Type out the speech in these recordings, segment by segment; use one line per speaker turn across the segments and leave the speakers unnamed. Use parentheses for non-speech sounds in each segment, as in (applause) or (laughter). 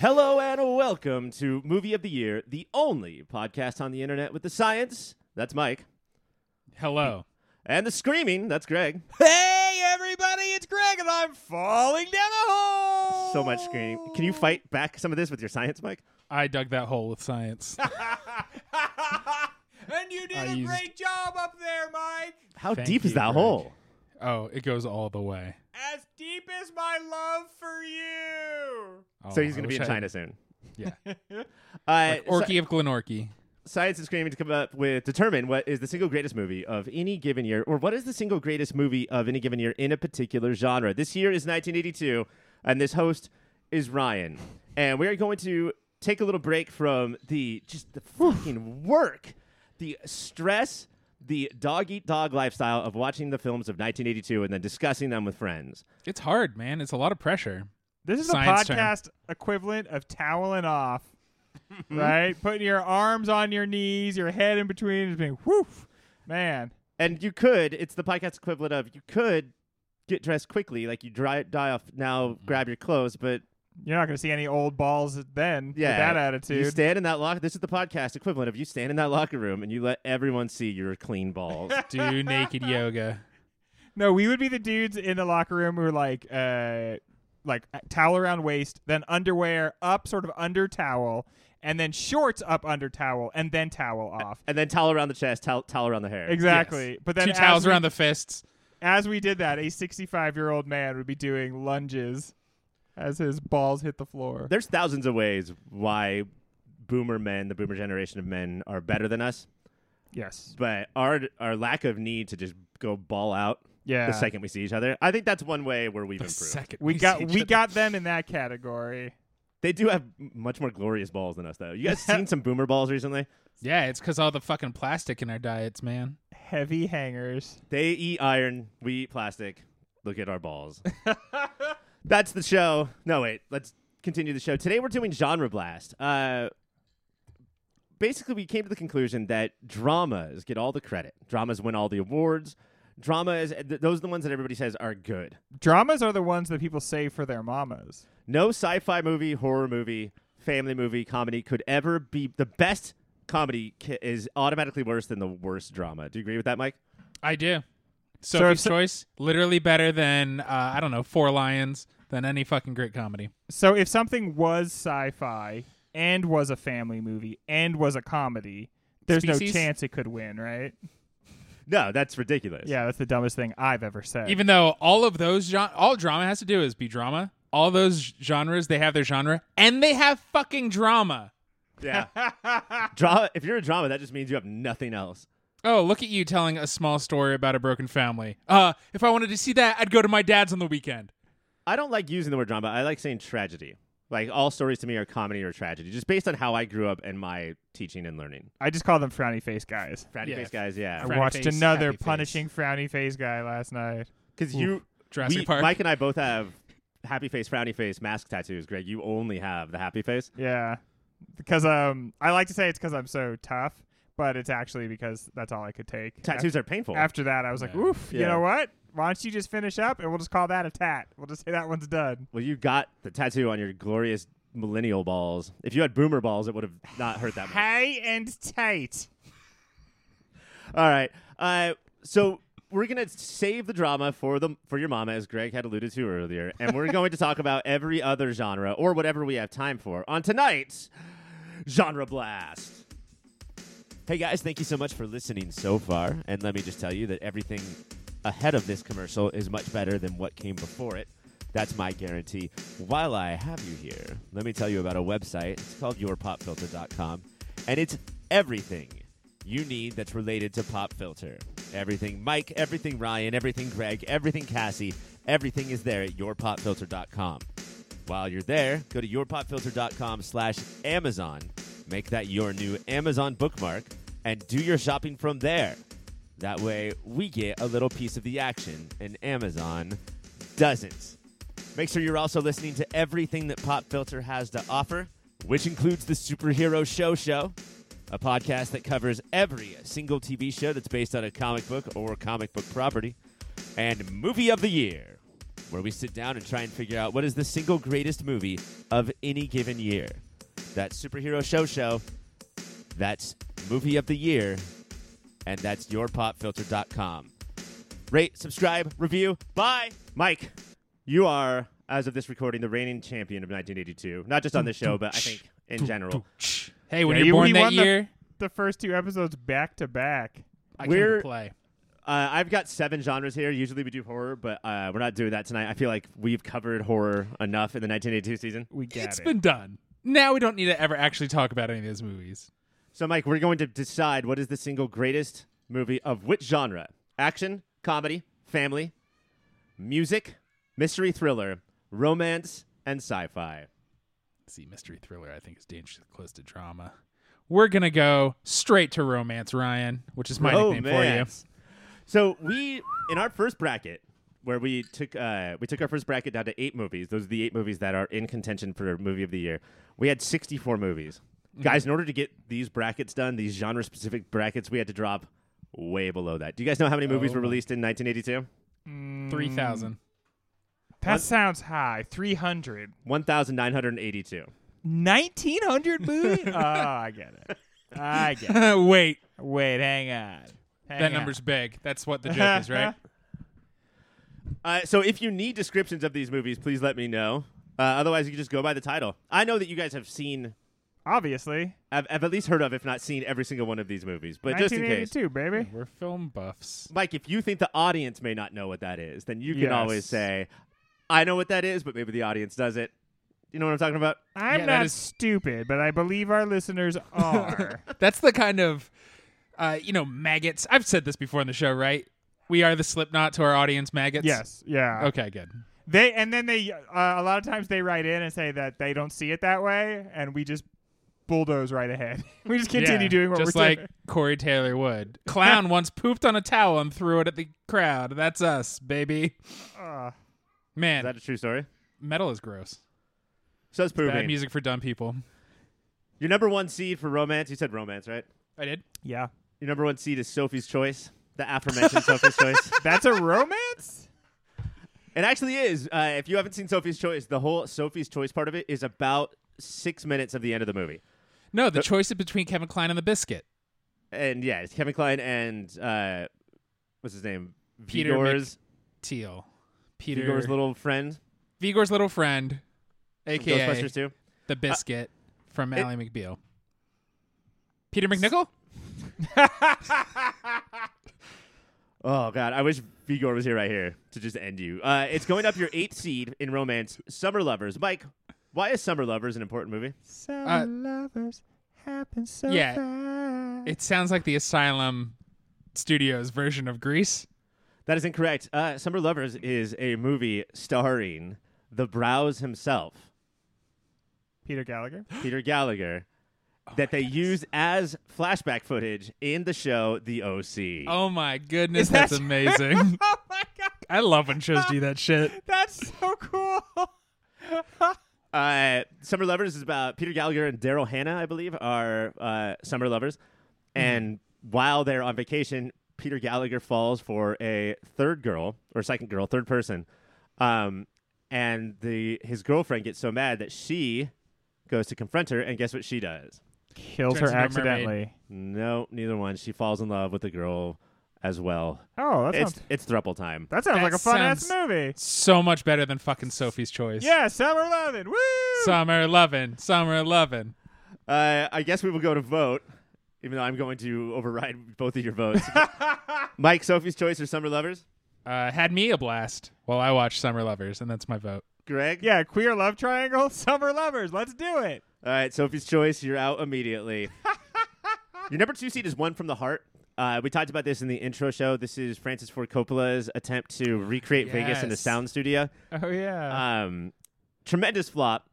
Hello and welcome to Movie of the Year, the only podcast on the internet with the science. That's Mike.
Hello.
And the screaming. That's Greg.
Hey, everybody, it's Greg, and I'm falling down a hole.
So much screaming. Can you fight back some of this with your science, Mike?
I dug that hole with science.
(laughs) and you did
I
a
used-
great job up there, Mike.
How
Thank
deep is
you,
that
Greg.
hole?
oh, it goes all the way.
As deep as my love for you.
Oh,
so he's
I
going to be
wish
in
I-
China soon. (laughs)
Yeah.
Uh,
Like Orky of Glenorchy.
sci- science and screaming to come up with determine what is the single greatest movie of any given year, or what is the single greatest movie of any given year in a particular genre. This year is 1982, and this host is Ryan, and we are going to take a little break from the just the fucking work, the stress. The dog eat dog lifestyle of watching the films of 1982 and then discussing them with friends.
It's hard, man. It's a lot of pressure.
This is
Science
a
term.
podcast equivalent of toweling off, (laughs) right? Putting your arms on your knees, your head in between, and being woof, man.
And you could, it's the podcast equivalent of you could get dressed quickly, like you dry, die off now, grab your clothes, but
You're not going to see any old balls then
yeah,
with that
You
attitude.
stand in that locker. This is the podcast equivalent of you stand in that locker room and you let everyone see your clean
(laughs)
balls.
Do naked yoga.
No, we would be the dudes in the locker room who are like, uh, like uh, towel around waist, then underwear up, sort of under towel, and then shorts up under towel, and then towel off.
and then towel around the chest, towel, towel around the hair.
Exactly. But then
Two
as
towels
we,
around the fists.
as we did that, a 65 year old man would be doing lunges as his balls hit the floor.
There's thousands of ways why boomer men, the boomer generation of men, are better than us,
Yes.
but our our lack of need to just go ball out
Yeah.
the second we see each other, I think that's one way where we've
The
improved.
second
we
we
got
see each
we
other.
got them in that category.
They do have m- much more glorious balls than us, though. You
(laughs)
guys seen some boomer balls recently?
Yeah, it's because all the fucking plastic in our diets, man.
Heavy hangers.
They eat iron, we eat plastic. Look at our balls. That's the show. No, wait, let's continue the show. Today we're doing Genre Blast. Uh, basically, we came to the conclusion that dramas get all the credit, dramas win all the awards. Drama is th- those are the ones that everybody says are good.
Dramas are the ones that people save for their mamas.
No sci-fi movie, horror movie, family movie, comedy could ever be the best. Comedy ca- is automatically worse than the worst drama. Do you agree with that, Mike?
I do.
So
Sophie's
if-
Choice, literally better than, uh, I don't know, Four Lions, than any fucking great comedy.
So if something was sci-fi and was a family movie and was a comedy, there's
Species?
no chance it could win, right?
No, that's ridiculous.
Yeah, that's the dumbest thing I've ever said.
Even though all of those, gen- all drama has to do is be drama. All those genres, they have their genre, and they have fucking drama.
Yeah. drama. If you're a drama, that just means you have nothing else.
Oh, look at you telling a small story about a broken family. Uh, if I wanted to see that, I'd go to my dad's on the weekend.
I don't like using the word drama. I like saying tragedy. Like all stories to me are comedy or tragedy, just based on how I grew up and my teaching and learning.
I just call them frowny face guys.
Fratty
Yeah.
face guys, yeah.
Frowny
I watched
face,
another
happy face.
punishing frowny face guy last night.
Because you,
Jurassic
we-
Park.
Mike and I both have happy face, frowny face, mask tattoos. Greg, you only have the happy face.
Yeah, because um, I like to say it's because I'm so tough, but it's actually because that's all I could take.
Tattoos are painful.
Af- After that, I was like,
Yeah.
oof. You
Yeah.
know what? Why don't you just finish up and we'll just call that a tat? We'll just say that one's done.
well, you got the tattoo on your glorious millennial balls. If you had boomer balls, it would have not hurt that much.
Hey and tight.
All right. Uh, so we're gonna save the drama for the for your mama, as Greg had alluded to earlier, and we're going to talk about every other genre or whatever we have time for on tonight's genre blast. Hey guys, thank you so much for listening so far, and let me just tell you that everything ahead of this commercial is much better than what came before it. That's my guarantee. While I have you here, let me tell you about a website. It's called yourpopfilter.com, and it's everything you need that's related to Pop Filter. Everything Mike, everything Ryan, everything Greg, everything Cassie, everything is there at yourpopfilter.com. While you're there, go to yourpopfilter.com slash Amazon. Make that your new Amazon bookmark and do your shopping from there. That way, we get a little piece of the action, and Amazon doesn't. Make sure you're also listening to everything that Pop Filter has to offer, which includes the Superhero Show Show, a podcast that covers every single TV show that's based on a comic book or comic book property, and Movie of the Year, where we sit down and try and figure out what is the single greatest movie of any given year. That's Superhero Show Show. That's Movie of the Year. And that's yourpopfilter.com. Rate, subscribe, review. Bye. Mike, you are, as of this recording, the reigning champion of 1982. Not just on this show, but I think in general.
Hey, when
Yeah,
you're
you-
born
we
that
won the-
year,
The first two episodes back to back.
I came
We're-
to play.
Uh, I've got seven genres here. Usually we do horror, but uh, we're not doing that tonight. I feel like we've covered horror enough in the 1982 season.
We got
It's
it.
been done. Now we don't need to ever actually talk about any of those movies.
So, Mike, we're going to decide what is the single greatest movie of which genre? Action, comedy, family, music, mystery thriller, romance, and sci fi.
See, mystery thriller, I think, is dangerously close to drama. We're gonna go straight to romance, Ryan, which is my nickname
Romance. So, we, in our first bracket, where we took uh, we took our first bracket down to eight movies. Those are the eight movies that are in contention for movie of the year. We had sixty four movies, guys. In order to get these brackets done, these genre specific brackets, we had to drop way below that. Do you guys know how many movies
Oh
were
my-
released in nineteen eighty two?
for you. Three thousand. (laughs)
That sounds high. 300.
1982
(laughs) 1900 movie? oh, I get it. I get it.
Wait,
Wait, hang on. Hang
that
on.
number's big. That's what the joke is, right?
uh, so if you need descriptions of these movies please let me know uh, otherwise you can just go by the title i know that you guys have seen
Obviously.
have, have at least heard of if not seen every single one of these movies but just in case
1982, baby.
We're film buffs.
mike if you think the audience may not know what that is then you can
Yes.
always say i know what that is but maybe the audience doesn't you know what i'm talking about
I'm
Yeah, that
not
is-
stupid, but I believe
(laughs)
our listeners are.
That's the kind of, uh, you know, maggots. I've said this before on the show, right? We are the Slipknot to our audience, maggots.
yes, yeah.
Okay, good.
They and then they uh, a lot of times they write in and say that they don't see it that way, and we just bulldoze right ahead. (laughs) we just continue
Yeah,
doing what
just
we're
like
(laughs) doing.
Corey Taylor would. Clown once pooped on a towel and threw it at the crowd. That's us, baby.
Uh,
is
Man,
that a true story
metal is gross.
so it's
Bad
proving
music for dumb people.
your number one seed for romance you said romance right
I did.
yeah,
your number one seed is sophie's choice the aforementioned sophie's choice
that's a romance.
It actually is. Uh, if you haven't seen Sophie's Choice, the whole Sophie's Choice part of it is about six minutes of the end of the movie.
No, the choice is between Kevin Klein and the biscuit.
And yeah, it's Kevin Klein and uh, what's his name?
Peter
Vigor's,
Teal. Peter
Vigor's little friend.
Vigor's little friend,
from
aka
Ghostbusters 2.
the biscuit from Ally McBeal. Peter McNichol?
Oh, God. I wish Vigor was here right here to just end you. Uh, it's going up your (laughs) eighth seed in romance, Summer Lovers. Mike, why is Summer Lovers an important movie?
Some
(laughs) Uh,
lovers happen so
yeah.
fast.
It sounds like the Asylum Studios version of Grease.
That is incorrect. Uh, Summer Lovers is a movie starring the Browse himself.
Peter
(gasps)
Gallagher. (laughs)
Peter Gallagher that they use as flashback footage in the show The OC.
Oh my goodness,
Is that-
that's amazing.
oh my god,
(laughs) I love when shows do that shit.
that's so cool.
Uh, summer Lovers is about Peter Gallagher and Daryl Hannah, I believe, are uh, summer lovers. And while they're on vacation, Peter Gallagher falls for a third girl or second girl, third person. Um, and the his girlfriend gets so mad that she goes to confront her, and guess what she does?
Kills
Turns into
her
a
accidentally.
No, neither one. She falls in love with the girl as well.
Oh, that
It's
sounds
it's throuple time.
that sounds
that
like a fun ass
sounds-
movie.
So much better than fucking Sophie's Choice.
Yeah, summer loving. Woo!
Summer lovin', summer lovin'.
Uh, I guess we will go to vote, even though I'm going to override (laughs) both of your votes. Mike, Sophie's Choice, or Summer Lovers?
Uh, had me a blast while I watched Summer Lovers, and that's my vote.
Greg?
yeah, queer love triangle. (laughs) Summer lovers. Let's do it.
All right, Sophie's Choice, you're out immediately. your number two seed is One from the Heart. Uh, we talked about this in the intro show. This is Francis Ford Coppola's attempt to recreate Vegas in a
Yes.
sound studio.
Oh yeah.
Um, tremendous flop.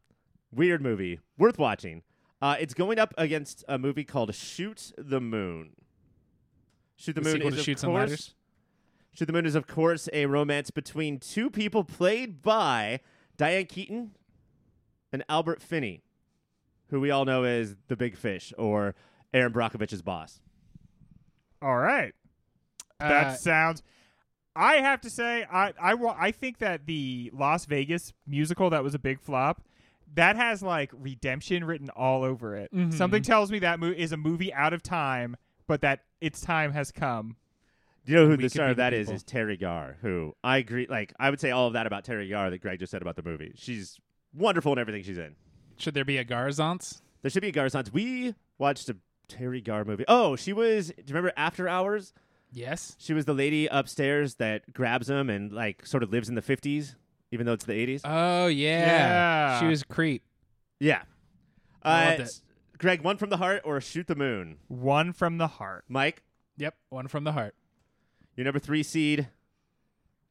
Weird movie. Worth watching. Uh, it's going up against a movie called Shoot the Moon. Shoot the,
The
Moon
sequel
is
to
of
Shoots and
course.
Ladders?
Shoot the Moon is of course a romance between two people played by Diane Keaton and Albert Finney, who we all know as the Big Fish or Aaron Brockovich's boss.
All Uh, right.
Uh,
That sounds. I have to say, I I wa- I think that the Las Vegas musical that was a big flop, that has like redemption written all over it.
Mhm.
Something tells me that mo- is a movie out of time, but that its time has come.
Do you know who
We
the
could
star
be
of
the
that is?
people.
Is Terry Garr, who I agree. Like I would say all of that about Terry Garr that Greg just said about the movie. She's wonderful in everything she's in.
Should there be a Garzance?
There should be a Garzons. We watched a Terry Garr movie. Oh, she was. Do you remember After Hours?
Yes.
She was the lady upstairs that grabs him and like sort of lives in the fifties, even though it's the eighties.
Oh yeah.
Yeah.
She was a creep.
yeah.
I loved
uh,
it.
s- Greg, one from the heart or shoot the moon.
One from the heart.
Mike,
Yep. One from the heart.
your number three seed,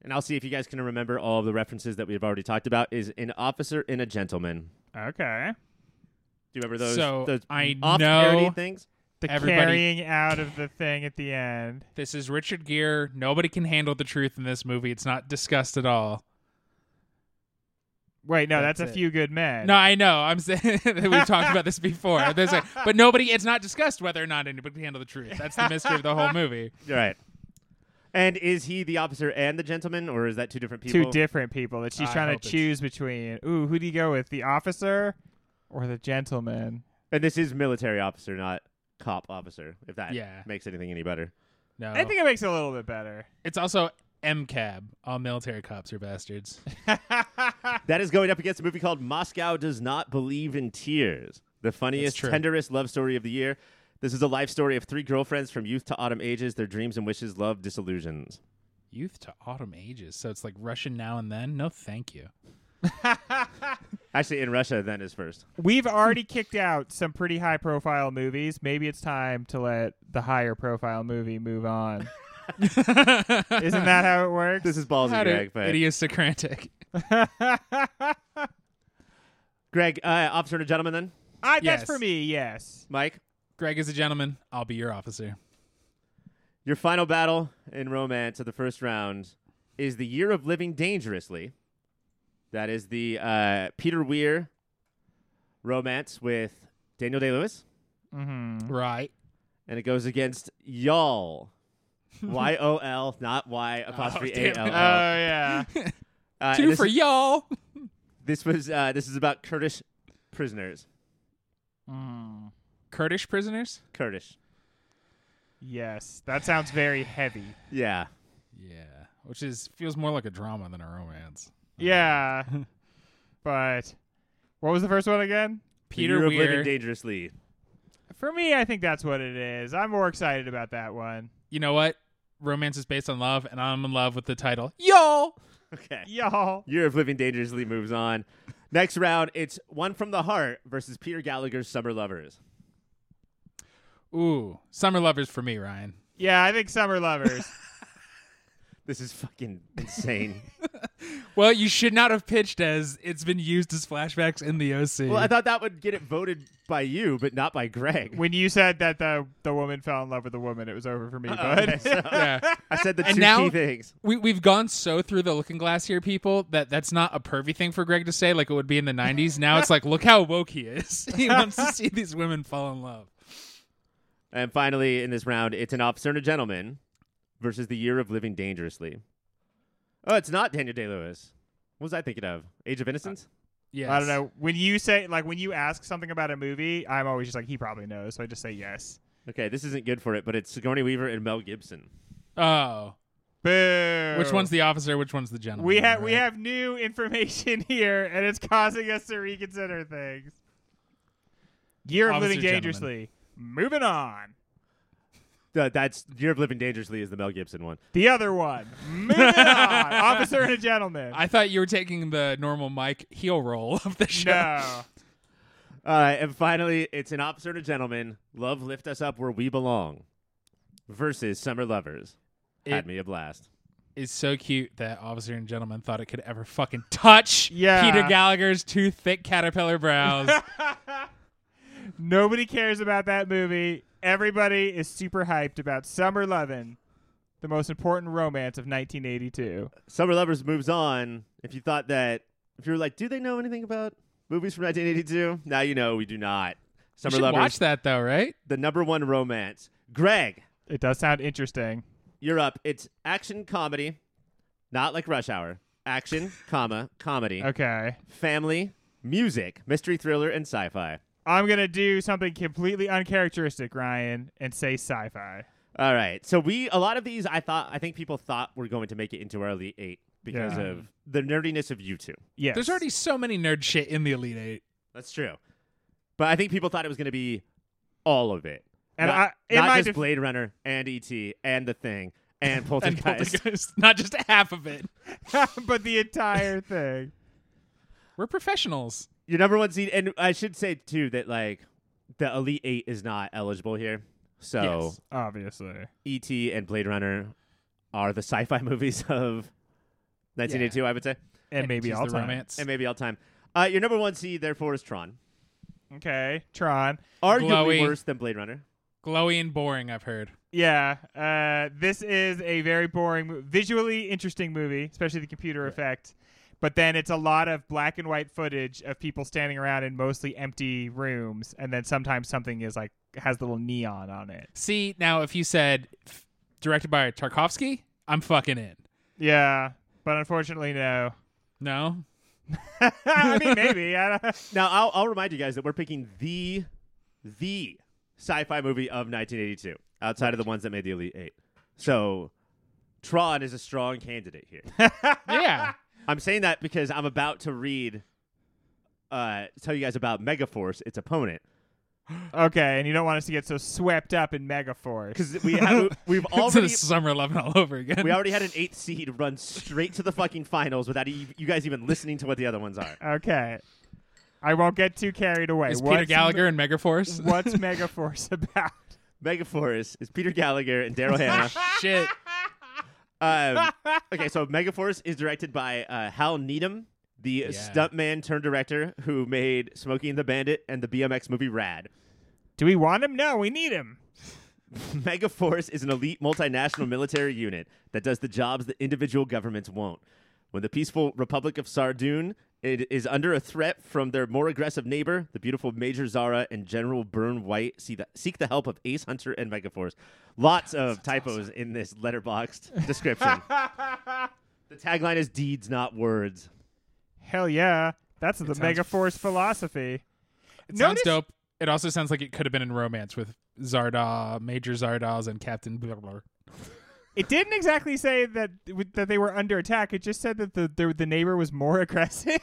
and I'll see if you guys can remember all of the references that we've already talked about. Is an officer and a gentleman.
Okay.
Do you remember those?
So,
those
I
off-parody
know-
things.
The
Everybody-
carrying out of the thing at the end.
This is Richard Gere. Nobody can handle the truth in this movie. It's not discussed at all.
Wait, no, that's,
That's
a
it.
few good men.
No, I know. I'm saying (laughs) we've talked about this before. There's like, but nobody. It's not discussed whether or not anybody can handle the truth. That's the mystery of the whole movie.
You're right. And is he the officer and the gentleman, or is that two different people?
two different people that she's
I
trying
hope
to
it's-
choose between. Ooh, who do you go with? The officer or the gentleman?
and this is military officer, not cop officer. If that
Yeah.
makes anything any better. (laughs)
No,
I think it makes it a little bit better.
it's also MCAB. All military cops are bastards.
That is going up against a movie called Moscow Does Not Believe in Tears, the funniest,
true.
tenderest love story of the year. This is a life story of three girlfriends from youth to autumn ages, their dreams and wishes, love, disillusions.
Youth to autumn ages. So it's like Russian now and then. No, thank you.
Actually, in Russia, then is first.
We've already kicked out some pretty high profile movies. Maybe it's time to let the higher profile movie move on. Isn't that how it works?
This is ballsy,
How
Greg. But
idiosyncratic.
Greg, uh, officer and a gentleman, then
I,
Yes.
That's for me, yes.
Mike,
Greg is a gentleman. I'll be your officer.
your final battle in romance of the first round is the year of living dangerously. That is the uh, Peter Weir romance with Daniel Day Lewis.
hmm
Right.
and it goes against
(laughs)
y'all. Y O L, not Y apostrophe
damn
A
it. Uh,
L
Oh,
L.
yeah.
Uh, and
Two
this,
for y'all.
this was uh, this is about Kurdish prisoners.
Mm.
Kurdish prisoners.
Kurdish,
(laughs) Yes. That sounds very heavy.
yeah.
Yeah, which is feels more like a drama than a romance.
Yeah. but what was the first one again?
The
Peter
year of
Weir.
living dangerously.
For me, I think that's what it is. I'm more excited about that one.
you know what? Romance is based on love, and I'm in love with the title. Yo!
Okay.
Y'all.
(laughs) Year of living dangerously moves on. Next round, it's one from the heart versus Peter Gallagher's Summer Lovers.
Ooh, summer lovers for me, Ryan.
Yeah, I think Summer Lovers. (laughs)
This is fucking
(laughs)
insane.
Well, you should not have pitched as it's been used as flashbacks in the OC.
well, I thought that would get it voted by you, but not by (laughs) Greg.
when you said that the the woman fell in love with the woman, it was over for me, bud.
Okay, so
(laughs) yeah.
I said the
And
two
now-
key things.
We, we've gone so through the looking glass here, people, that that's not a pervy thing for Greg to say like it would be in the 90s. Now it's like, look how woke he is. (laughs) he wants to see these women fall in love.
And finally, in this round, it's an officer and a gentleman versus the year of living dangerously. Oh, it's not Daniel Day Lewis. What was I thinking of? Age of
Uh,
Innocence?
Yes.
(laughs) I don't know. When you say like when you ask something about a movie, I'm always just like he probably knows, so I just say yes.
Okay, this isn't good for it, but it's Sigourney Weaver and Mel Gibson.
Oh.
Boo.
Which one's the officer? Which one's the gentleman?
We have we
right?
have new information (laughs) here, and it's causing us to reconsider things. Year of
Officer
Living
Gentleman.
Dangerously. Moving on.
Th- that's Year of Living Dangerously is the Mel Gibson one.
The other one.
(laughs)
Moving on. Officer and a gentleman.
I thought you were taking the normal Mike heel roll (laughs) of the show.
no.
All right, and finally, it's an officer and a gentleman. Love lift us up where we belong versus Summer Lovers. Had
It-
me a blast.
is so cute that Officer and Gentleman thought it could ever fucking touch
Yeah.
Peter Gallagher's two thick caterpillar
(laughs)
brows.
Nobody cares about that movie. Everybody is super hyped about Summer Lovin', the most important romance of 1982.
Summer Lovers moves on. If you thought that, if you were like, do they know anything about movies from 1982? Now you know we do not.
you
Summer
should
Lovers.
watch that though, right?
the number one romance. Greg,
It does sound interesting.
you're up. It's action comedy Not like Rush Hour.
(laughs)
Action, comma, comedy,
Okay.
family, music, mystery thriller, and sci-fi.
I'm going to do something completely uncharacteristic, Ryan, and say sci fi.
All right. So we a lot of these I thought I think people thought were going to make it into our Elite Eight because
Yeah.
of the nerdiness of you two.
Yes.
There's already so many nerd shit in the Elite Eight.
That's true. But I think people thought it was going to be all of it.
And
not,
I- in
not
my
just
def-
Blade Runner and ET and The Thing
(laughs)
and
And
Poltergeist.
Poltergeist. (laughs) Not just half of it.
(laughs) but the entire
(laughs)
thing.
We're professionals.
Your number one seed, and I should say too that like the Elite Eight is not eligible here. So
Yes.
Obviously.
ET and Blade Runner are the sci-fi (laughs) movies of 1982. I would say,
And, maybe
tease
all
the
time.
romance.
and maybe all time. Uh, your number one seed, therefore, is Tron.
Okay. Tron.
Arguably
Glowy.
worse than Blade Runner.
Glowy and boring, I've heard.
Yeah, uh, this is a very boring, mo- visually interesting movie, especially the computer effect. But then it's a lot of black and white footage of people standing around in mostly empty rooms, and then sometimes something is like has little neon on it.
See, now if you said f- directed by Tarkovsky, I'm fucking in.
Yeah, but unfortunately, no.
No?
I mean, maybe. I don't, (laughs)
Now, I'll, I'll remind you guys that we're picking the the sci-fi movie of 1982 outside of the ones that made the Elite Eight. So, Tron is a strong candidate
(laughs)
here.
(laughs)
Yeah.
I'm saying that because I'm about to read, uh, tell you guys about Megaforce, its opponent,
okay, and you don't want us to get so swept up in Megaforce.
because we
(laughs)
have we've
It's a
already
summer loving all over again.
we already had an eighth seed run straight to the fucking finals without e- you guys even listening to what the other ones
(laughs)
are.
Okay, I won't get too carried away.
Is
What's
Peter Gallagher and Megaforce?
What's Megaforce (laughs) about?
Megaforce is Peter Gallagher and Daryl Hannah.
(laughs) Shit.
Um, okay, so Megaforce is directed by uh, Hal Needham, the
Yeah.
stuntman turned director who made Smokey and the Bandit and the BMX movie Rad.
Do we want him? No, we need him.
Megaforce is an elite multinational military unit that does the jobs that individual governments won't. When the peaceful Republic of Sardoon it is under a threat from their more aggressive neighbor, the beautiful Major Zara and General Burn White see the, seek the help of Ace Hunter and Megaforce. Lots of typos in this letterboxed description. the tagline is deeds, not words.
Hell yeah. That's the
sounds-
Megaforce philosophy.
It sounds
Notice,
dope. It also sounds like it could have been in romance with Zarda, Major Zardoz, and Captain Blah Blah.
it didn't exactly say that that they were under attack. It just said that the the, the neighbor was more (laughs) aggressive.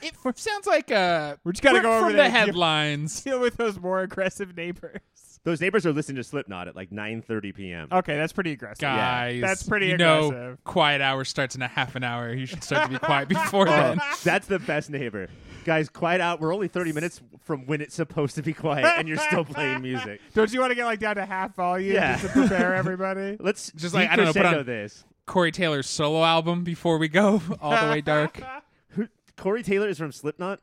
It sounds like uh,
We're just gotta
fr-
go over
from
there
the
and deal- (laughs)
headlines.
Deal with those more aggressive neighbors.
Those neighbors are listening to Slipknot at like 9:30 p.m.
Okay, that's pretty aggressive.
Guys,
that's pretty
you know,
aggressive.
quiet hour starts in a half an hour. You should start to be
(laughs)
quiet before then.
Oh.
That's the best neighbor. Guys, quiet out. We're only 30 minutes from when it's supposed to be quiet, and you're still playing music.
Don't you want to get like down to half volume
Yeah.
just
(laughs)
to prepare everybody?
Let's
Just like, I don't know, put
decrescendo
on-
this.
Corey Taylor's solo album before we go all the way
(laughs)
dark
Who, Corey Taylor is from Slipknot.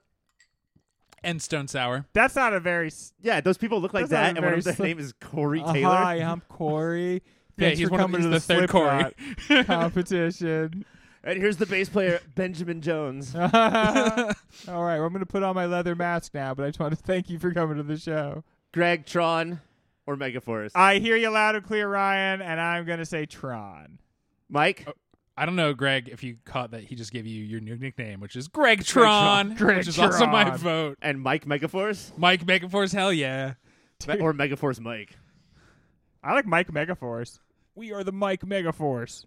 and Stone Sour.
That's not a very s-
Yeah, those people look like
That's not
that, and one
very Uh-huh.
of their
Slip-
name is Corey Taylor.
Hi, I'm Corey.
(laughs) Yeah,
Thanks
he's
for
one of
coming
he's
to
the, third Corey. (laughs)
Slipknot competition. (laughs)
And here's the bass player Benjamin Jones.
All right, well, I'm going to put on my leather mask now, but I just want to thank you for coming to the show.
Greg Tron or Megaforce.
I hear you loud and clear, Ryan, and I'm going to say Tron.
Mike.
I don't know, Greg, if you caught that he just gave you your new nickname, which is Greg Tron,
Greg
which is also
Tron.
my vote.
And Mike Megaforce
Mike Megaforce, hell yeah.
Me- or Megaforce Mike.
I like Mike Megaforce. We are the Mike Megaforce.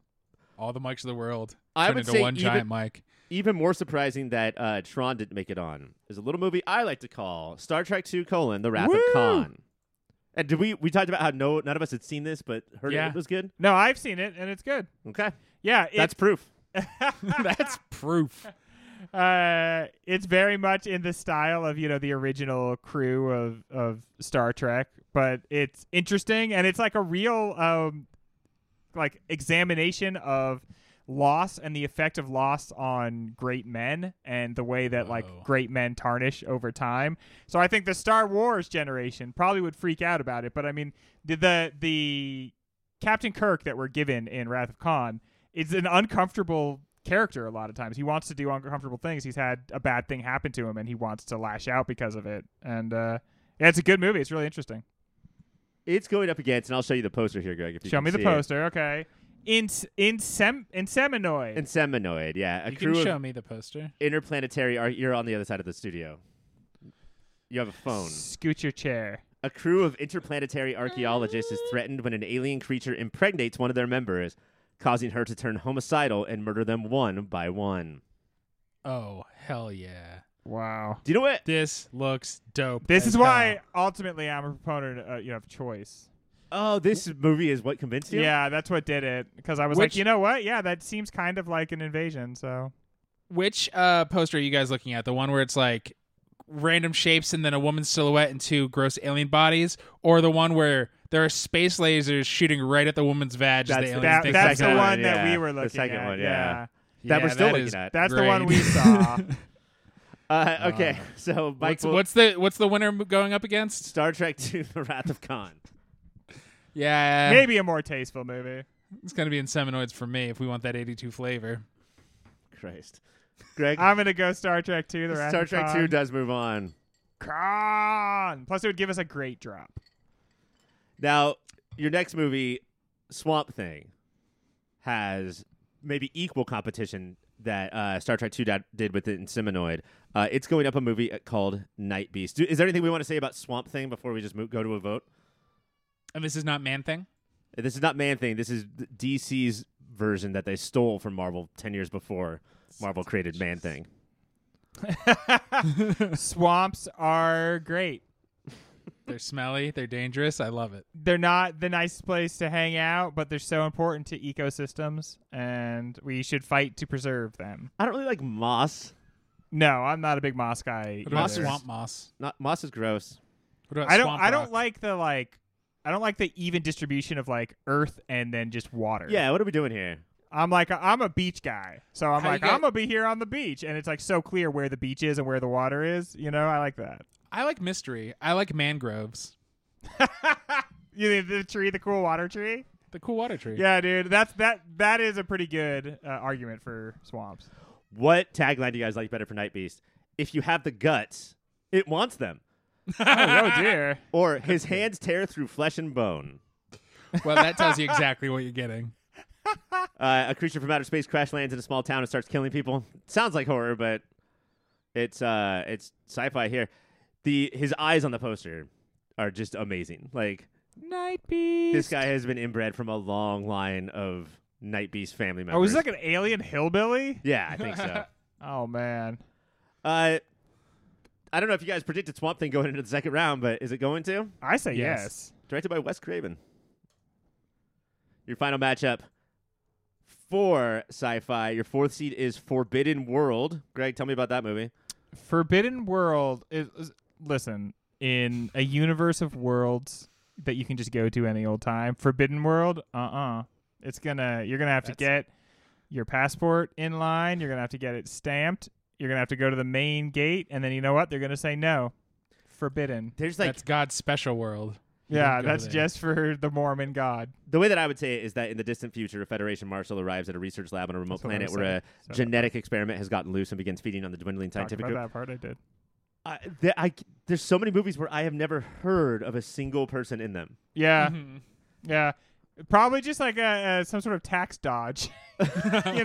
All the mics of the world
I
turned
would
into
say
one
even-
giant mic.
Even more surprising that uh, Tron didn't make it on is a little movie I like to call Star Trek II: colon, The Wrath
Woo!
of Khan. And did we we talked about how no none of us had seen this, but heard
Yeah.
it was good.
No, I've seen it, and it's good.
Okay,
Yeah, it,
that's proof.
(laughs)
That's proof.
uh, it's very much in the style of you know the original crew of of Star Trek, but it's interesting and it's like a real um, like examination of loss and the effect of loss on great men and the way that
Whoa.
like great men tarnish over time. So I think the Star Wars generation probably would freak out about it, but I mean the the, the Captain Kirk that we're given in Wrath of Khan is an uncomfortable character a lot of times. He wants to do uncomfortable things. He's had a bad thing happen to him and he wants to lash out because of it. And uh yeah, it's a good movie. It's really interesting.
It's going up against, and I'll show you the poster here, Greg. If you
Show
can
me the
see it.
poster. Okay. in insem inseminoid.
And Seminoid, yeah. A
you
crew
can show
of
me the poster.
interplanetary ar- you're on the other side of the studio. You have a phone.
Scoot your chair.
A crew of interplanetary archaeologists is threatened when an alien creature impregnates one of their members, causing her to turn homicidal and murder them one by one.
Oh hell yeah!
Wow.
Do you know what?
This looks dope.
This
as
is why
hell.
ultimately I'm a proponent. Uh, you have choice.
Oh, this movie is what convinced you?
Yeah, that's what did it. Because I was
Which-
like, you know what? Yeah, that seems kind of like an invasion. So
Which uh, poster are you guys looking at? The one where it's like random shapes and then a woman's silhouette and two gross alien bodies, or the one where there are space lasers shooting right at the woman's vag? as
That's-
the alien
that,
thinks
that's
it's
the
out?
second
one
one,
that
yeah.
we were
The
looking
second
at.
one, yeah.
yeah.
That
Yeah,
we're still looking
is
at.
That's the
great.
one
(laughs)
we saw.
Uh, okay, (laughs) so Mike,
what's,
will-
what's the what's the winner m- going up against?
Star Trek II: The Wrath of Khan.
Yeah,
Maybe a more tasteful movie.
it's gonna be in seminoids for me if we want that 82 flavor.
Christ, Greg,
I'm gonna go Star Trek Two. Ah, The Wrath
Star
of
Trek
Khan.
II does move on.
Khan. Plus, it would give us a great drop.
(laughs) Now, your next movie, Swamp Thing, has maybe equal competition that uh, Star Trek II did- did with Inseminoid. Uh, it's going up a movie called Night Beast. Do- is there anything we want to say about Swamp Thing before we just mo- go to a vote?
And this is not man thing.
This is not Man Thing. This is DC's version that they stole from Marvel ten years before Marvel created Man Thing.
Swamps are great.
They're smelly. They're dangerous. I love it.
They're not the nicest place to hang out, but they're so important to ecosystems, and we should fight to preserve them.
I don't really like moss.
No, I'm not a big moss guy.
What about
Moss
either.
is-
swamp moss?
Not moss is gross.
What about
I don't.
swamp
I don't
rock?
like the like. I don't like the even distribution of like earth and then just water.
Yeah, what are we doing here?
I'm like I'm a beach guy, so I'm
How
like
you get-
I'm gonna be here on the beach, and it's like so clear where the beach is and where the water is. You know, I like that.
I like mystery. I like mangroves.
you mean the tree, the cool water tree.
The cool water tree.
Yeah, dude, that's that. That is a pretty good uh, argument for swamps.
What tagline do you guys like better for Night Beast? If you have the guts, it wants them.
(laughs)
oh no, dear.
Or his hands tear through flesh and bone.
Well, that tells
(laughs)
you exactly what you're getting.
Uh, a creature from outer space crash lands in a small town and starts killing people. Sounds like horror, but it's uh, it's sci-fi here. The his eyes on the poster are just amazing. Like
Night beast.
this guy has been inbred from a long line of Night Beast family members.
Oh, is this like an alien hillbilly?
yeah, I think
(laughs)
so.
Oh man.
Uh, I don't know if you guys predicted Swamp Thing going into the second round, but is it going to?
I say
Yes.
yes.
Directed by Wes Craven. Your final matchup for sci-fi. Your fourth seed is Forbidden World. Greg, tell me about that movie.
Forbidden World is, is listen, in a universe of worlds that you can just go to any old time. Forbidden World, uh-uh. It's gonna you're gonna have to get your passport in line, you're gonna have to get it stamped, you're gonna have to go to the main gate, and then you know what? They're gonna say no. Forbidden.
There's like
That's God's special world. You
Yeah,
don't go
that's
there.
just for the Mormon God.
the way that I would say it is that in the distant future, a Federation marshal arrives at a research lab on a remote
That's what I
planet
was
where
saying.
a
So-
genetic experiment has gotten loose and begins feeding on the dwindling
Talked
scientific
about
group.
that part I
(laughs)
I,
did.
there, I, there's so many movies where I have never heard of a single person in them.
Yeah,
Mhm.
yeah. Probably just like a, a some sort of tax dodge, (laughs) you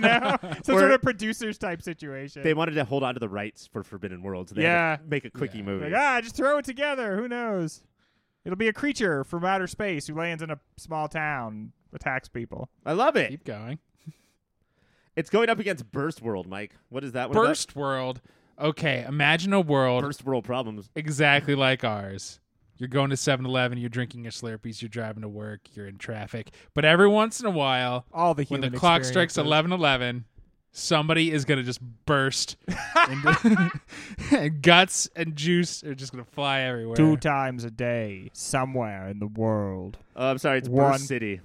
(laughs)
know, some
Or-
sort of producers type situation.
They wanted to hold on to the rights for Forbidden World, so they had to make a quickie
Yeah.
movie.
Like, ah, just throw it together. Who knows? It'll be a creature from outer space who lands in a small town, attacks people.
I love it.
(laughs) Keep going.
It's going up against Burst World, Mike. What is that? What is that?
Burst world. Okay, imagine a world
First world problems.
exactly like ours. You're going to 7 Eleven, you're drinking your Slurpees, you're driving to work, you're in traffic. But every once in a while,
All the
when
human
the clock strikes
experiences.
11 somebody is going to just (laughs) burst. into (laughs) and guts and juice are just going to fly everywhere. (laughs)
Two times a day, somewhere in the world,
Oh, I'm sorry, it's
One.
Burst City.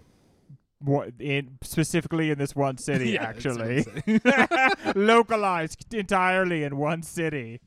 what in specifically in this one city,
(laughs) Yeah, that's what I'm
actually (laughs) localized entirely in one city.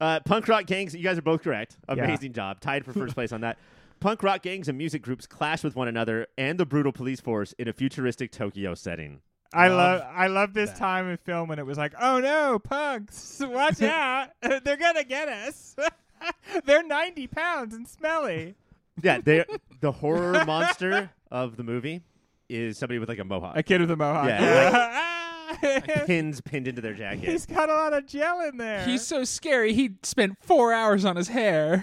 Uh, punk rock gangs. You guys are both correct. Amazing job. Tied for first place on that. Punk rock gangs and music groups clash with one another and the brutal police force in a futuristic Tokyo setting.
I
Love
love I love this time in film when it was like, oh no, punks, watch
(laughs)
out, (laughs) they're gonna get us. (laughs) they're ninety pounds and smelly.
(laughs)
Yeah, they the horror monster of the movie is somebody with like a mohawk.
A kid with a mohawk. (laughs)
Yeah, (laughs) pins pinned into their jacket.
He's got a lot of gel in
(laughs)
there. (laughs)
He's so scary. He spent four hours on his hair.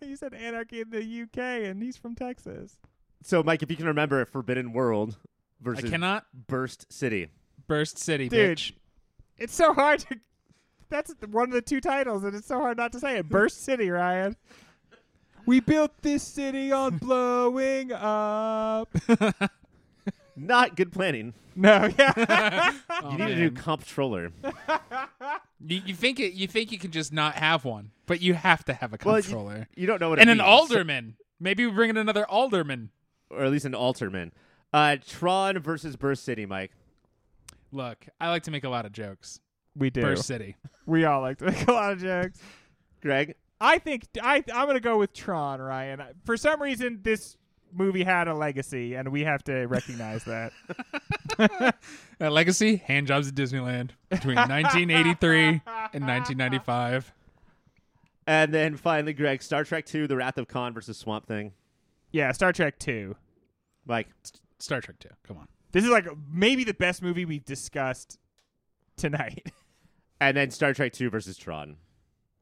he's an anarchy in the UK, and he's from Texas.
So, Mike, if you can remember Forbidden World
I
versus
cannot
Burst City.
burst city,
Dude.
bitch.
It's so hard to. That's one of the two titles, and it's so hard not to (laughs) say it. Burst City, Ryan. We built this city on blowing up.
Not good planning.
(laughs) No, (laughs) yeah.
you need a new comptroller.
Oh, You, you think it? You think you can just not have one, but you have to have a
Well, you-
controller
You don't know what it
and an
means.
alderman. Maybe we bring in another alderman.
or at least an alderman. Uh, Tron versus Burst City, Mike.
Look, I like to make a lot of jokes.
we do.
Burst city.
We all like to make a lot of jokes.
Greg,
I think I I'm gonna go with Tron, Ryan. For some reason, this movie had a legacy, and we have to recognize that.
Uh, legacy hand jobs at Disneyland between 1983 and 1995.
and then finally, Greg, Star Trek Two: The Wrath of Khan versus Swamp Thing.
Yeah, Star Trek Two.
Mike,
Star Trek 2. Come on.
This is like maybe the best movie we've discussed tonight. (laughs)
and then Star Trek Two versus Tron.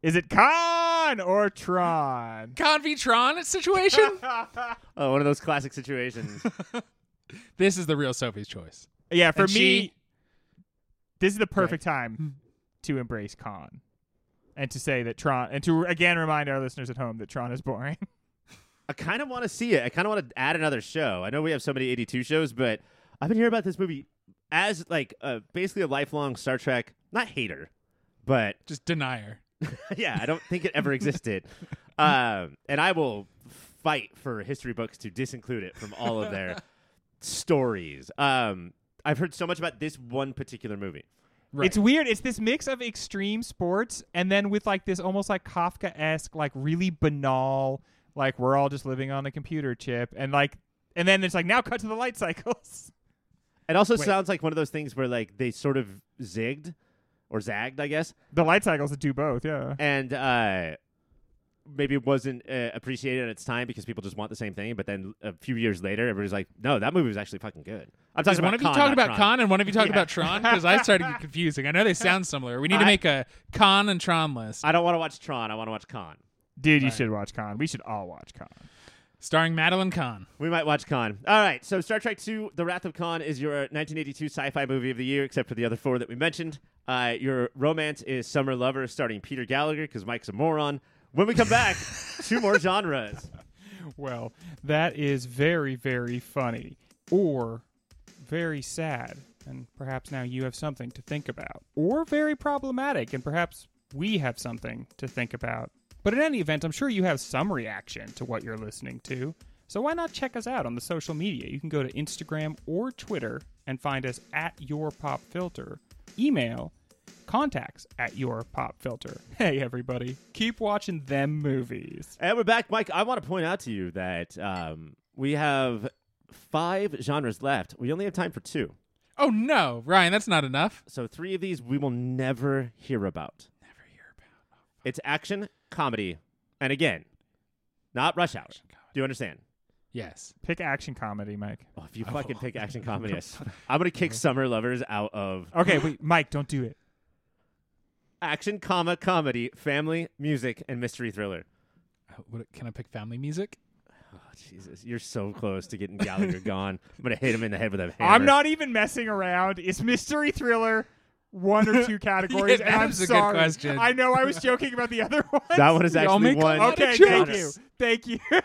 Is it Khan or Tron?
Convitron situation?
Oh, one of those classic situations.
(laughs) this is the real Sophie's choice.
Yeah, for
And
me,
she-
this is the perfect time to embrace Khan and to say that Tron and to again remind our listeners at home that Tron is boring. (laughs)
I kind of want to see it. I kind of want to add another show. I know we have so many 82 shows, but I've been hearing about this movie as like uh, basically a lifelong Star Trek not hater, but
Just denier.
yeah, I don't think it ever existed. um, and I will fight for history books to disinclude it from all of their stories. Um, I've heard so much about this one particular movie.
Right.
It's weird. It's this mix of extreme sports and then with like this almost like Kafka esque, like really banal, like we're all just living on a computer chip and like and then it's like now cut to the light cycles. (laughs)
It also
Wait.
sounds like one of those things where like they sort of zigged or zagged, I guess,
the light cycles that do both, yeah.
and uh, maybe it wasn't uh, appreciated at its time because people just want the same thing. But then a few years later, everybody's like, "No, that movie was actually fucking good." I'm talking
Is
about
one of you
Khan,
talking
not
about
Tron.
Khan and one of you talking
Yeah.
about Tron? Because I
(laughs)
started to get confusing. I know they sound similar. We need
I-
to make a Khan and Tron list.
I don't want to watch Tron. I want to watch Khan.
Dude, you should watch Khan. We should all watch Khan.
starring Madeline Kahn.
We might watch Khan. All right, so Star Trek II: The Wrath of Khan is your 1982 sci-fi movie of the year, except for the other four that we mentioned. Uh, your romance is Summer Lover, starting Peter Gallagher, because Mike's a moron. When we come back, two
(laughs)
more genres.
Well, that is very, very funny or very sad. And perhaps now you have something to think about, or very problematic. And perhaps we have something to think about. But in any event, I'm sure you have some reaction to what you're listening to. So why not check us out on the social media? You can go to Instagram or Twitter and find us at Your Pop Filter. Email contacts at Your Pop Filter. (laughs) Hey, everybody, keep watching them movies.
And we're back, Mike. I want to point out to you that um, we have five genres left. We only have time for two,
Oh no, Ryan, that's not enough.
so three of these we will never hear about.
Never hear about.
It's action, comedy, and again, not Rush Hour. Do you understand?
Yes.
Pick action comedy, Mike.
Oh, if you fucking pick action comedy, I s- I'm gonna kick summer lovers out of
(laughs)
Okay, wait, Mike, don't do it.
action, comma, comedy, family, music, and mystery thriller.
Uh, what- can I pick family music?
Oh, Jesus, you're so close to getting Gallagher gone. I'm gonna hit him in the head with a hammer.
I'm not even messing around. It's mystery thriller,
(laughs)
one or two categories,
Yeah,
and I'm
that's a good
sorry.
question.
I know I was joking about
(laughs)
the other one.
That one is
Y'all
actually
make a
one.
lot of
okay. Thank you.
jokes. (laughs)
Thank you. (laughs)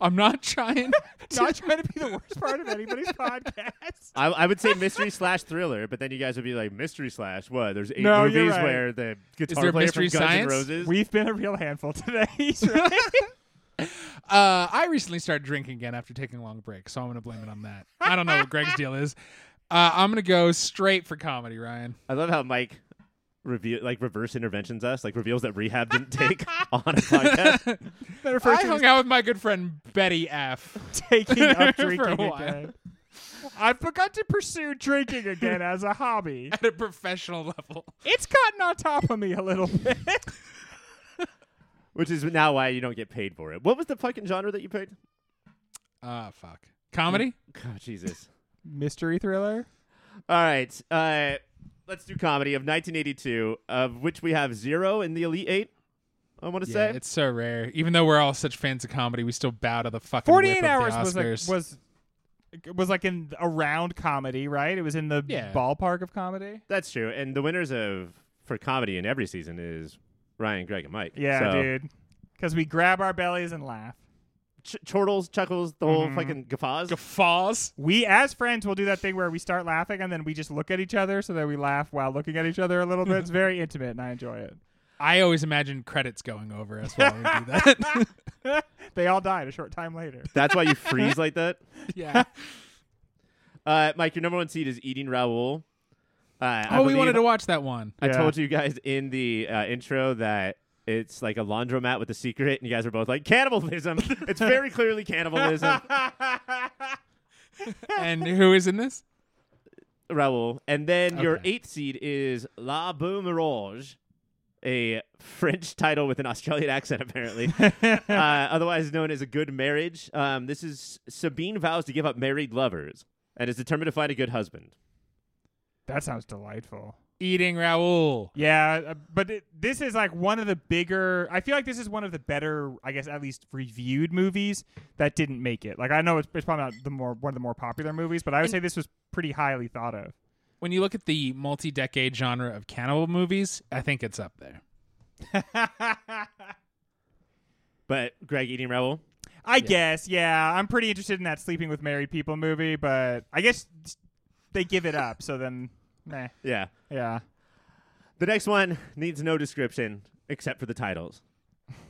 I'm
(laughs)
not trying.
Not trying to be the worst part of anybody's podcast.
(laughs)
I, I would say mystery slash thriller, but then you guys would be like mystery slash what? There's eight
No, you're
movies
right.
where the guitar
there
player
mystery
from Guns N'
science?
Roses.
We've been a real handful today. (laughs) He's right.
(laughs) uh, I recently started drinking again after taking a long break, so I'm gonna blame it on that. I don't know what Greg's deal is. Uh, I'm gonna go straight for comedy, Ryan.
I love how Mike reveal like reverse interventions us, like reveals that rehab didn't take (laughs) on a podcast.
That refers
I
to
hung out with my good friend Betty F. (laughs)
as (laughs) taking up
For a
drinking
while.
again. I've begun to pursue
(laughs)
drinking again as a hobby.
at a professional level.
It's gotten on top of me a little bit.
Which is now why you don't get paid for it. What was the fucking genre that you picked?
Ah, fuck. Comedy?
God, Jesus.
mystery thriller.
All right. Uh, let's do comedy of 1982, of which we have zero in the Elite Eight. I want to
Yeah,
say
it's so rare. Even though we're all such fans of comedy, we still bow to the fucking.
Forty
whip
eight
of
hours
the
was like
Oscars.
was was like in around comedy, right? It was in the
Yeah.
ballpark of comedy.
that's true. And the winners of for comedy in every season is Ryan, Greg, and Mike.
Yeah,
So,
dude. Because we grab our bellies and laugh.
Ch- chortles, chuckles, the whole fucking guffaws.
guffaws.
We as friends will do that thing where we start laughing and then we just look at each other so that we laugh while looking at each other a little bit.
(laughs)
It's very intimate and I enjoy it. (laughs)
I always imagine credits going over as well. do that.
They all died a short time later.
that's why you freeze like that.
(laughs) (laughs) yeah.
Uh, Mike, your number one seed is Eating Raoul. Uh, I
Oh, we
believe-
wanted to watch that one.
(laughs)
I
Yeah.
told you guys in the uh, intro that it's like a laundromat with a secret, and you guys were both like cannibalism. it's very clearly cannibalism,
And who is in this?
Raoul. And then your
Okay.
eighth seed is La Boomerage, a French title with an Australian (laughs) accent, apparently. uh, otherwise known as A Good Marriage. Um, this is Sabine vows to give up married lovers and is determined to find a good husband.
That sounds delightful.
Eating Raoul.
Yeah, uh, but it, this is like one of the bigger. I feel like this is one of the better, I guess, at least reviewed movies that didn't make it. Like I know it's, it's probably not the more one of the more popular movies, but I would say this was pretty highly thought of.
When you look at the multi-decade genre of cannibal movies, I think it's up
(laughs)
there.
But Greg eating Raoul.
I guess, yeah. I'm pretty interested in that sleeping with married people movie, but I guess they give it up. So then, meh.
Yeah.
Yeah.
The next one needs no description except for the titles,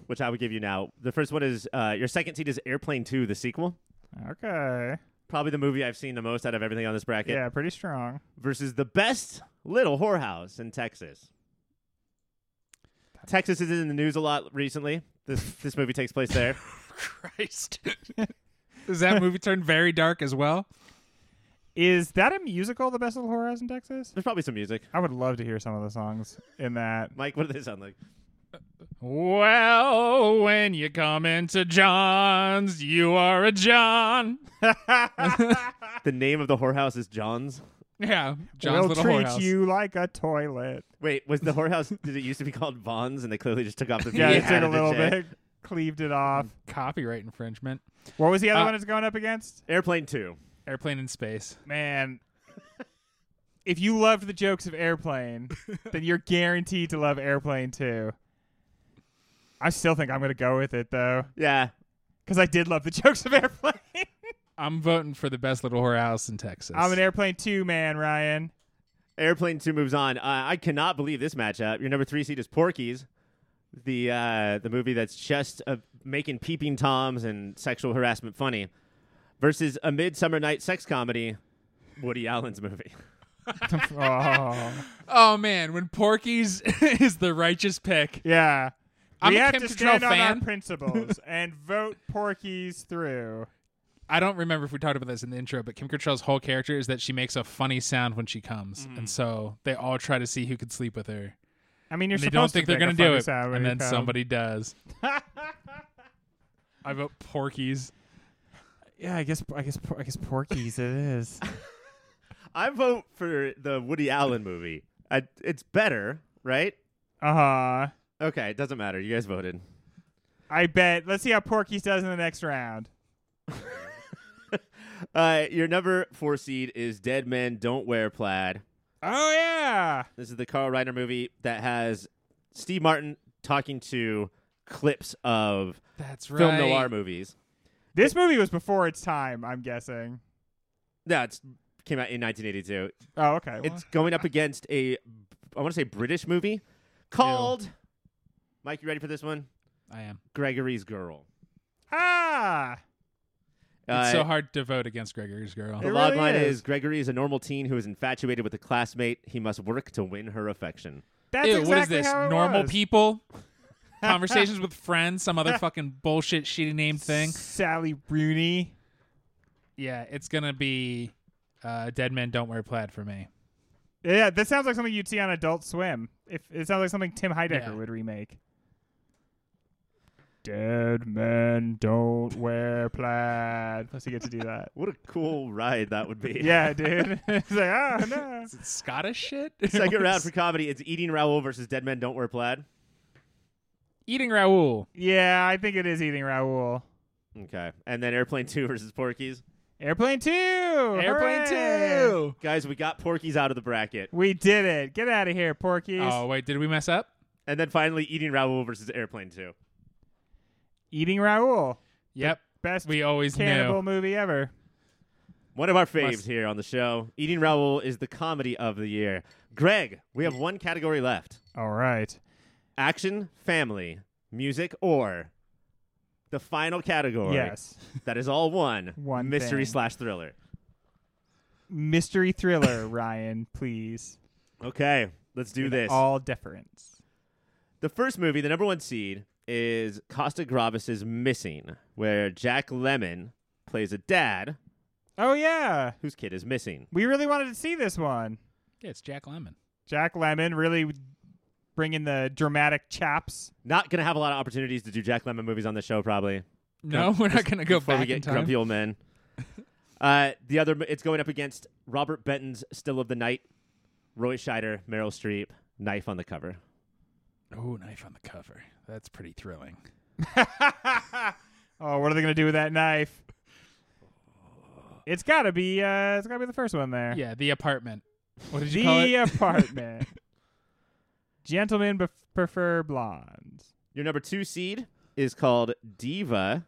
which I would give you now. The first one is uh, your second seed is Airplane 2, the sequel.
Okay.
Probably the movie I've seen the most out of everything on this bracket.
Yeah, pretty strong.
Versus the best little whorehouse in Texas. Texas is in the news a lot recently. This this movie takes place
(laughs)
there.
Christ. (laughs) Does that movie turn very dark as well?
Is that a musical, The Best Little Horrors in Texas?
There's probably some music.
I would love to hear some of the songs in that.
Mike, what do they sound like?
Well, when you come into John's, you are a John.
The name of the whorehouse is John's.
Yeah,
we'll
John's little
treat
whorehouse.
you like a toilet.
Wait, was the whorehouse? did it used to be called Vaughn's, and they clearly just took off the V
Yeah,
and
it took
added
a little
J?
bit, cleaved it off.
Copyright infringement.
What was the other
Uh,
one it's going up against?
Airplane two.
Airplane in space.
Man, if you loved the jokes of
(laughs)
Airplane, then you're guaranteed to love Airplane too. I still think I'm going to go with it though,
Yeah,
because I did love the (laughs) jokes of Airplane.
(laughs) I'm voting for the best little whorehouse in Texas.
I'm an Airplane two
(laughs)
man, Ryan.
Airplane 2 moves on. Uh, I cannot believe this matchup. Your number three seed is Porky's, the uh, the movie that's just uh, making peeping toms and sexual harassment funny, versus a midsummer night sex comedy, Woody Allen's movie.
oh,
oh man, when Porky's (laughs) is the righteous pick.
yeah.
I'm
we
a
have
Kim
to
Cattrall
stand on our
fan. (laughs)
principles and vote Porky's through.
I don't remember if we talked about this in the intro, but Kim Cattrall's whole character is that she makes a funny sound when she comes, and so they all try to see who could sleep with her.
I mean, Mm. you're
And they
supposed
don't think
to
they're gonna
going to
do it, and then somebody
(laughs)
does. I vote Porky's.
Yeah, I guess I guess I guess Porky's it is.
(laughs) I vote for the Woody Allen movie. I, it's better, right?
Uh huh.
Okay, it doesn't matter. You guys voted.
I bet. Let's see how Porky's does in the next round.
Uh, your number four seed is Dead Men Don't Wear Plaid.
Oh yeah.
This is the Carl Reiner movie that has Steve Martin talking to clips of
That's right.
film noir movies.
This movie was before its time, I'm guessing.
No, it's came out in 1982.
Oh, okay.
It's going up against a, I want to say British movie called. Mike, you ready for this one?
I am.
Gregory's Girl.
ah.
It's
Uh,
so hard to vote against Gregory's girl.
The
It
log
really
line
is.
is Gregory is a normal teen who is infatuated with a classmate. He must work to win her affection.
That's
Ew,
exactly
what is this?
how it
Normal
was.
people?
(laughs)
Conversations with friends, some other fucking bullshit shitty named thing.
Sally Rooney.
Yeah, it's gonna be uh, Dead Men Don't Wear Plaid for me.
Yeah, that sounds like something you'd see on Adult Swim. If it sounds like something Tim Heidecker
Yeah.
would remake. Dead men don't wear (laughs) plaid. Plus, you get to
(laughs)
do that.
What a cool ride that would be.
(laughs) Yeah, dude. it's like, oh
(laughs)
no.
Is it Scottish shit?
(laughs)
(laughs)
Second
What's-
round for comedy. It's Eating Raoul versus Dead Men Don't Wear Plaid.
Eating Raoul.
Yeah, I think it is eating Raoul.
Okay. And then Airplane 2 (laughs) versus Porky's.
Airplane two.
Airplane
Hooray!
2.
Guys, we got Porky's out of the bracket.
We did it. Get out of here, Porkies.
Oh, wait, did we mess up?
And then finally, Eating Raoul versus Airplane 2.
Eating Raoul.
Yep.
Best
We always
cannibal
knew.
movie ever.
One of our faves
Must-
here on the show. Eating Raoul is the comedy of the year. Greg, we have one category left
All right.
action, family, music, or the final category.
Yes.
That is all one.
(laughs) One
mystery
thing.
slash thriller.
(laughs)
Mystery thriller, Ryan, please.
Okay. Let's do
With
this.
All deference.
The first movie, the number one seed, is Costa Gravis's Missing, where Jack Lemon plays a dad
Oh yeah.
whose kid is missing.
We really wanted to see this one.
Yeah, it's Jack Lemon.
Jack Lemon really bringing the dramatic chaps.
Not going to have a lot of opportunities to do Jack Lemon movies on the show, probably.
No, we're not going to go
before
back
we get
in time.
grumpy old
(laughs)
men. Uh, the other, it's going up against Robert Benton's Still of the Night, Roy Scheider, Meryl Streep, knife on the cover.
Oh, knife on the cover. That's pretty thrilling.
oh, what are they gonna do with that knife? It's gotta be. Uh, it's gotta be the first one there.
Yeah, the apartment. What did you call (laughs)
the
it?
apartment. Gentlemen bef- prefer blondes.
Your number two seed is called Diva.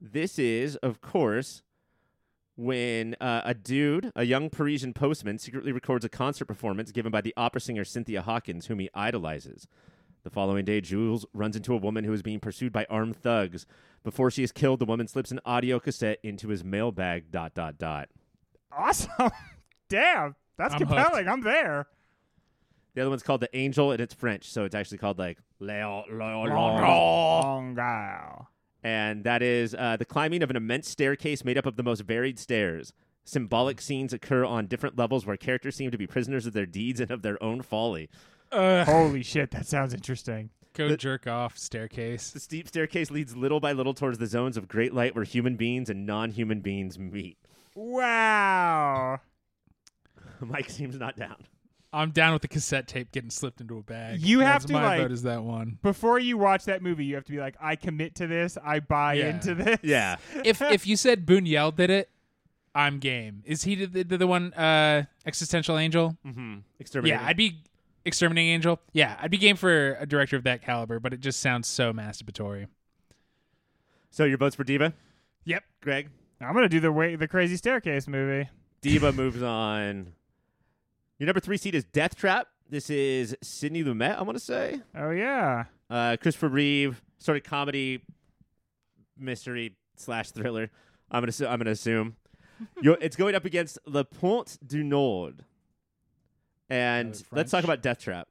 This is, of course, when uh, a dude, a young Parisian postman, secretly records a concert performance given by the opera singer Cynthia Hawkins, whom he idolizes. The following day, Jules runs into a woman who is being pursued by armed thugs. Before she is killed, the woman slips an audio cassette into his mailbag. Dot dot dot.
Awesome. (laughs) Damn, that's
I'm
compelling. I'm there.
The other one's called The Angel, and it's French, so it's actually called like Léon. Léon, Léon.
Long gal.
and that is uh, the climbing of an immense staircase made up of the most varied stairs. Symbolic scenes occur on different levels where characters seem to be prisoners of their deeds and of their own folly.
Ugh,
Holy shit, that sounds interesting.
go
the-
jerk off staircase.
The steep staircase leads little by little towards the zones of great light where human beings and non human beings meet. (laughs)
Wow.
Mike seems not down.
I'm down with the cassette tape getting slipped into a bag.
You have
That's
to,
my
like-
vote is that
(laughs)
one.
Before you watch that movie, you have to be like, I commit to this. I buy
Yeah.
into this.
Yeah.
if if you said Bunyel did it, I'm game. Is he the, the, the one uh existential angel?
Mm-hmm. Exterminator.
Yeah, I'd be exterminating angel. Yeah, I'd be game for a director of that caliber, but it just sounds so masturbatory.
so your votes for Diva,
Yep.
Greg?
I'm gonna do the way the crazy staircase movie.
Diva moves on. Your number three seed is Death Trap. This is Sidney Lumet, I want to say.
Oh yeah.
uh, Christopher Reeve, sort of comedy, mystery slash thriller. I'm gonna assu- I'm gonna assume. Yo- it's going up against Le Pont du Nord, and
Another
let's talk
French.
about Death Trap.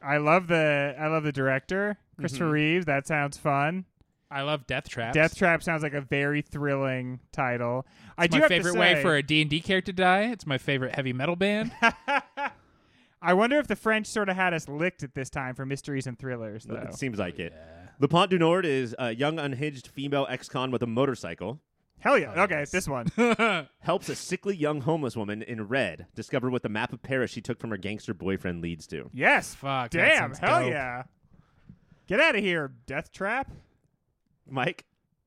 I love the I love the director, Christopher
Mm-hmm.
Mhm.
Reeves. That sounds fun.
I love Death Traps.
Death Trap sounds like a very thrilling title. I
It's
do
my
have
favorite
to say,
way for a D&D character to die. It's my favorite heavy metal (laughs) band.
I wonder if the French sort of had us licked at this time for mysteries and thrillers,
Oh.
though.
It seems like it. Le Pont du Nord is a young unhinged female ex-con with a motorcycle.
Hell yeah!
Oh,
okay,
yes.
this
(laughs)
one.
Helps a sickly young homeless woman in red discover what the map of Paris she took from her gangster boyfriend leads to.
Yes.
Fuck, that
Damn.
sounds
Hell
dope.
yeah. Get out of here, Death Trap.
Mike,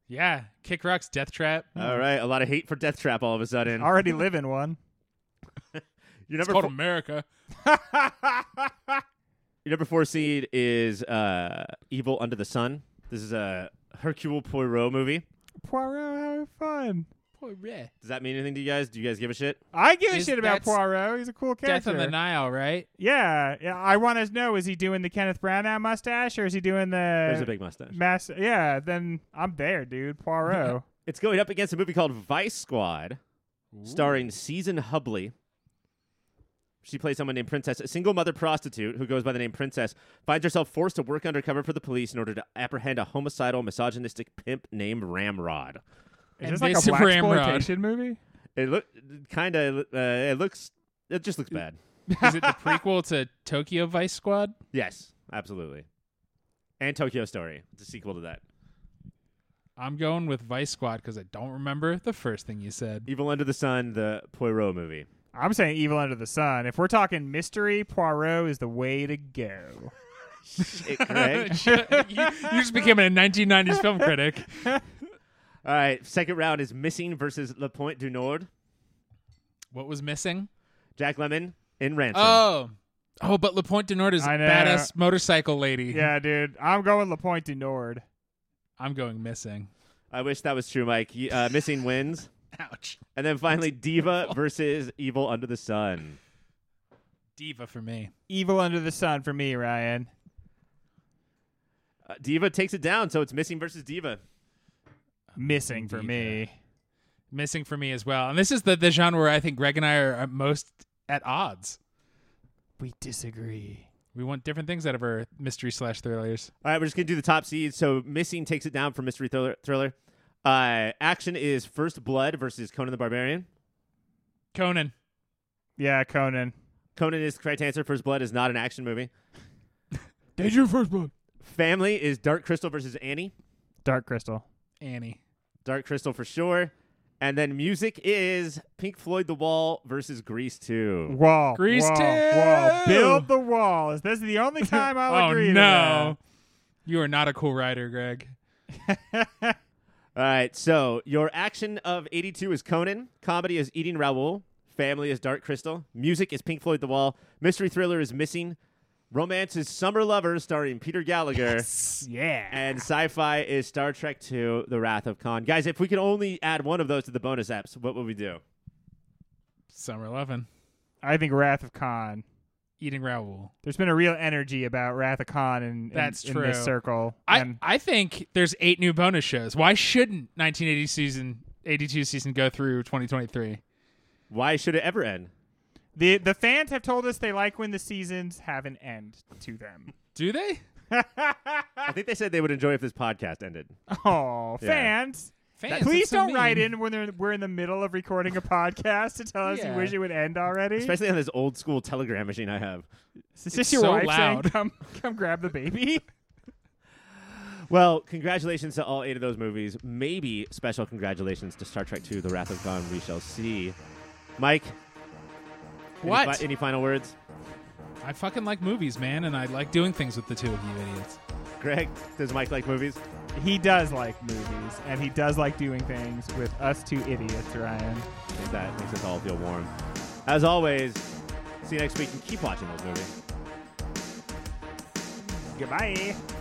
yeah, Kick Rock's Death Trap.
all right, a lot of hate for Death Trap all of a sudden.
(laughs)
Already live in one.
Your
It's
number
called
four-
America.
Your number four seed is uh, Evil Under the Sun. This is a Hercule Poirot movie.
Poirot, have fun.
Poirot.
Does that mean anything to you guys? Do you guys give a shit?
I give
Is
a shit about
that's-
Poirot. He's a cool
Death
character.
on the Nile, right?
Yeah, yeah. I want to know: is he doing the Kenneth Branagh mustache, or is he doing
There's a
the
big mustache.
mass? Yeah, then I'm there, dude.
(laughs)
Poirot.
It's going up against a movie called Vice Squad, starring Season Hubley. She plays someone named Princess, a single mother prostitute who goes by the name Princess, finds herself forced to work undercover for the police in order to apprehend a homicidal, misogynistic pimp named Ramrod.
Is
And
this like a
Mason
black
Ramrod.
exploitation movie?
It look kind of uh, it looks it just looks bad.
(laughs) Is it the prequel to Tokyo Vice Squad?
Yes, absolutely. and Tokyo Story, the sequel to that.
I'm going with Vice Squad because I don't remember the first thing you said.
Evil Under the Sun, the Poirot movie.
I'm saying Evil Under the Sun. If we're talking mystery, Poirot is the way
(laughs)
to go.
Shit, Greg.
you, (laughs) you just became a 1990s film (laughs) critic.
All right, second round is Missing versus Le Point du Nord.
What was missing?
Jack Lemon in Ransom.
Oh, oh, but Lapointe du Nord is a
I know.
badass motorcycle lady.
yeah, dude. I'm going La Pointe du Nord.
I'm going missing.
I wish that was true, Mike. You- Uh, missing wins.
Ouch.
And then finally, Diva versus Evil Under the Sun.
Diva for me.
Evil Under the Sun for me, Ryan.
Uh, Diva takes it down, so it's Missing versus Diva.
Missing for
Indeed,
me.
Missing for me as well. And this is the, the genre where I think Greg and I are at most at odds.
We disagree.
We want different things out of our mystery slash thrillers.
All right, we're just gonna do the top seeds. So Missing takes it down for Mystery Thriller. thriller. Uh, action is First Blood versus Conan the Barbarian.
Conan.
Yeah, Conan.
Conan is the correct answer. First Blood is not an action movie.
Danger first blood.
Family is Dark Crystal versus Annie.
Dark Crystal.
Annie.
Dark Crystal for sure. And then music is Pink Floyd The Wall versus Grease 2.
Wall.
Grease
wall,
two.
wall. Build the wall. Is this
(laughs)
the only time I'll
oh
agree to
no. You are not a cool writer, Greg.
that?
All right, so your action of 82 is Conan, comedy is Eating Raoul, family is Dark Crystal, music is Pink Floyd The Wall, mystery thriller is Missing, romance is Summer Lovers starring Peter Gallagher.
yeah.
And sci-fi is Star Trek II: The Wrath of Khan. Guys, if we could only add one of those to the bonus apps, what would we do?
Summer 11.
I think Wrath of Khan.
Eating Raoul.
There's been a real energy about Wrath of Khan in, in-
That's
in this
true.
circle.
I,
And
I think there's eight new bonus shows. Why shouldn't 1980 season, 82 season go through 2023?
Why should it ever end?
the the fans have told us they like when the seasons have an end to them.
Do they?
I think they said they would enjoy if this podcast ended.
Oh,
Yeah.
fans.
Fans,
Please
that's so
don't
mean.
write in when they're, we're in the middle of recording a podcast to tell us
Yeah.
you wish it would end already.
Especially on this old school telegram machine I have.
it's just
It's
your
so
wife
loud.
saying, (laughs) "Come, come grab the baby."
Well, congratulations to all eight of those movies. Maybe special congratulations to Star Trek II: The Wrath of Khan. We shall see. Mike, any
What?
fi- any final words?
I fucking like movies, man, and I like doing things with the two of you idiots.
Greg, does Mike like movies?
he does like movies, and he does like doing things with us two idiots, Ryan.
I think that makes us all feel warm. As always, see you next week and keep watching those movies.
Goodbye.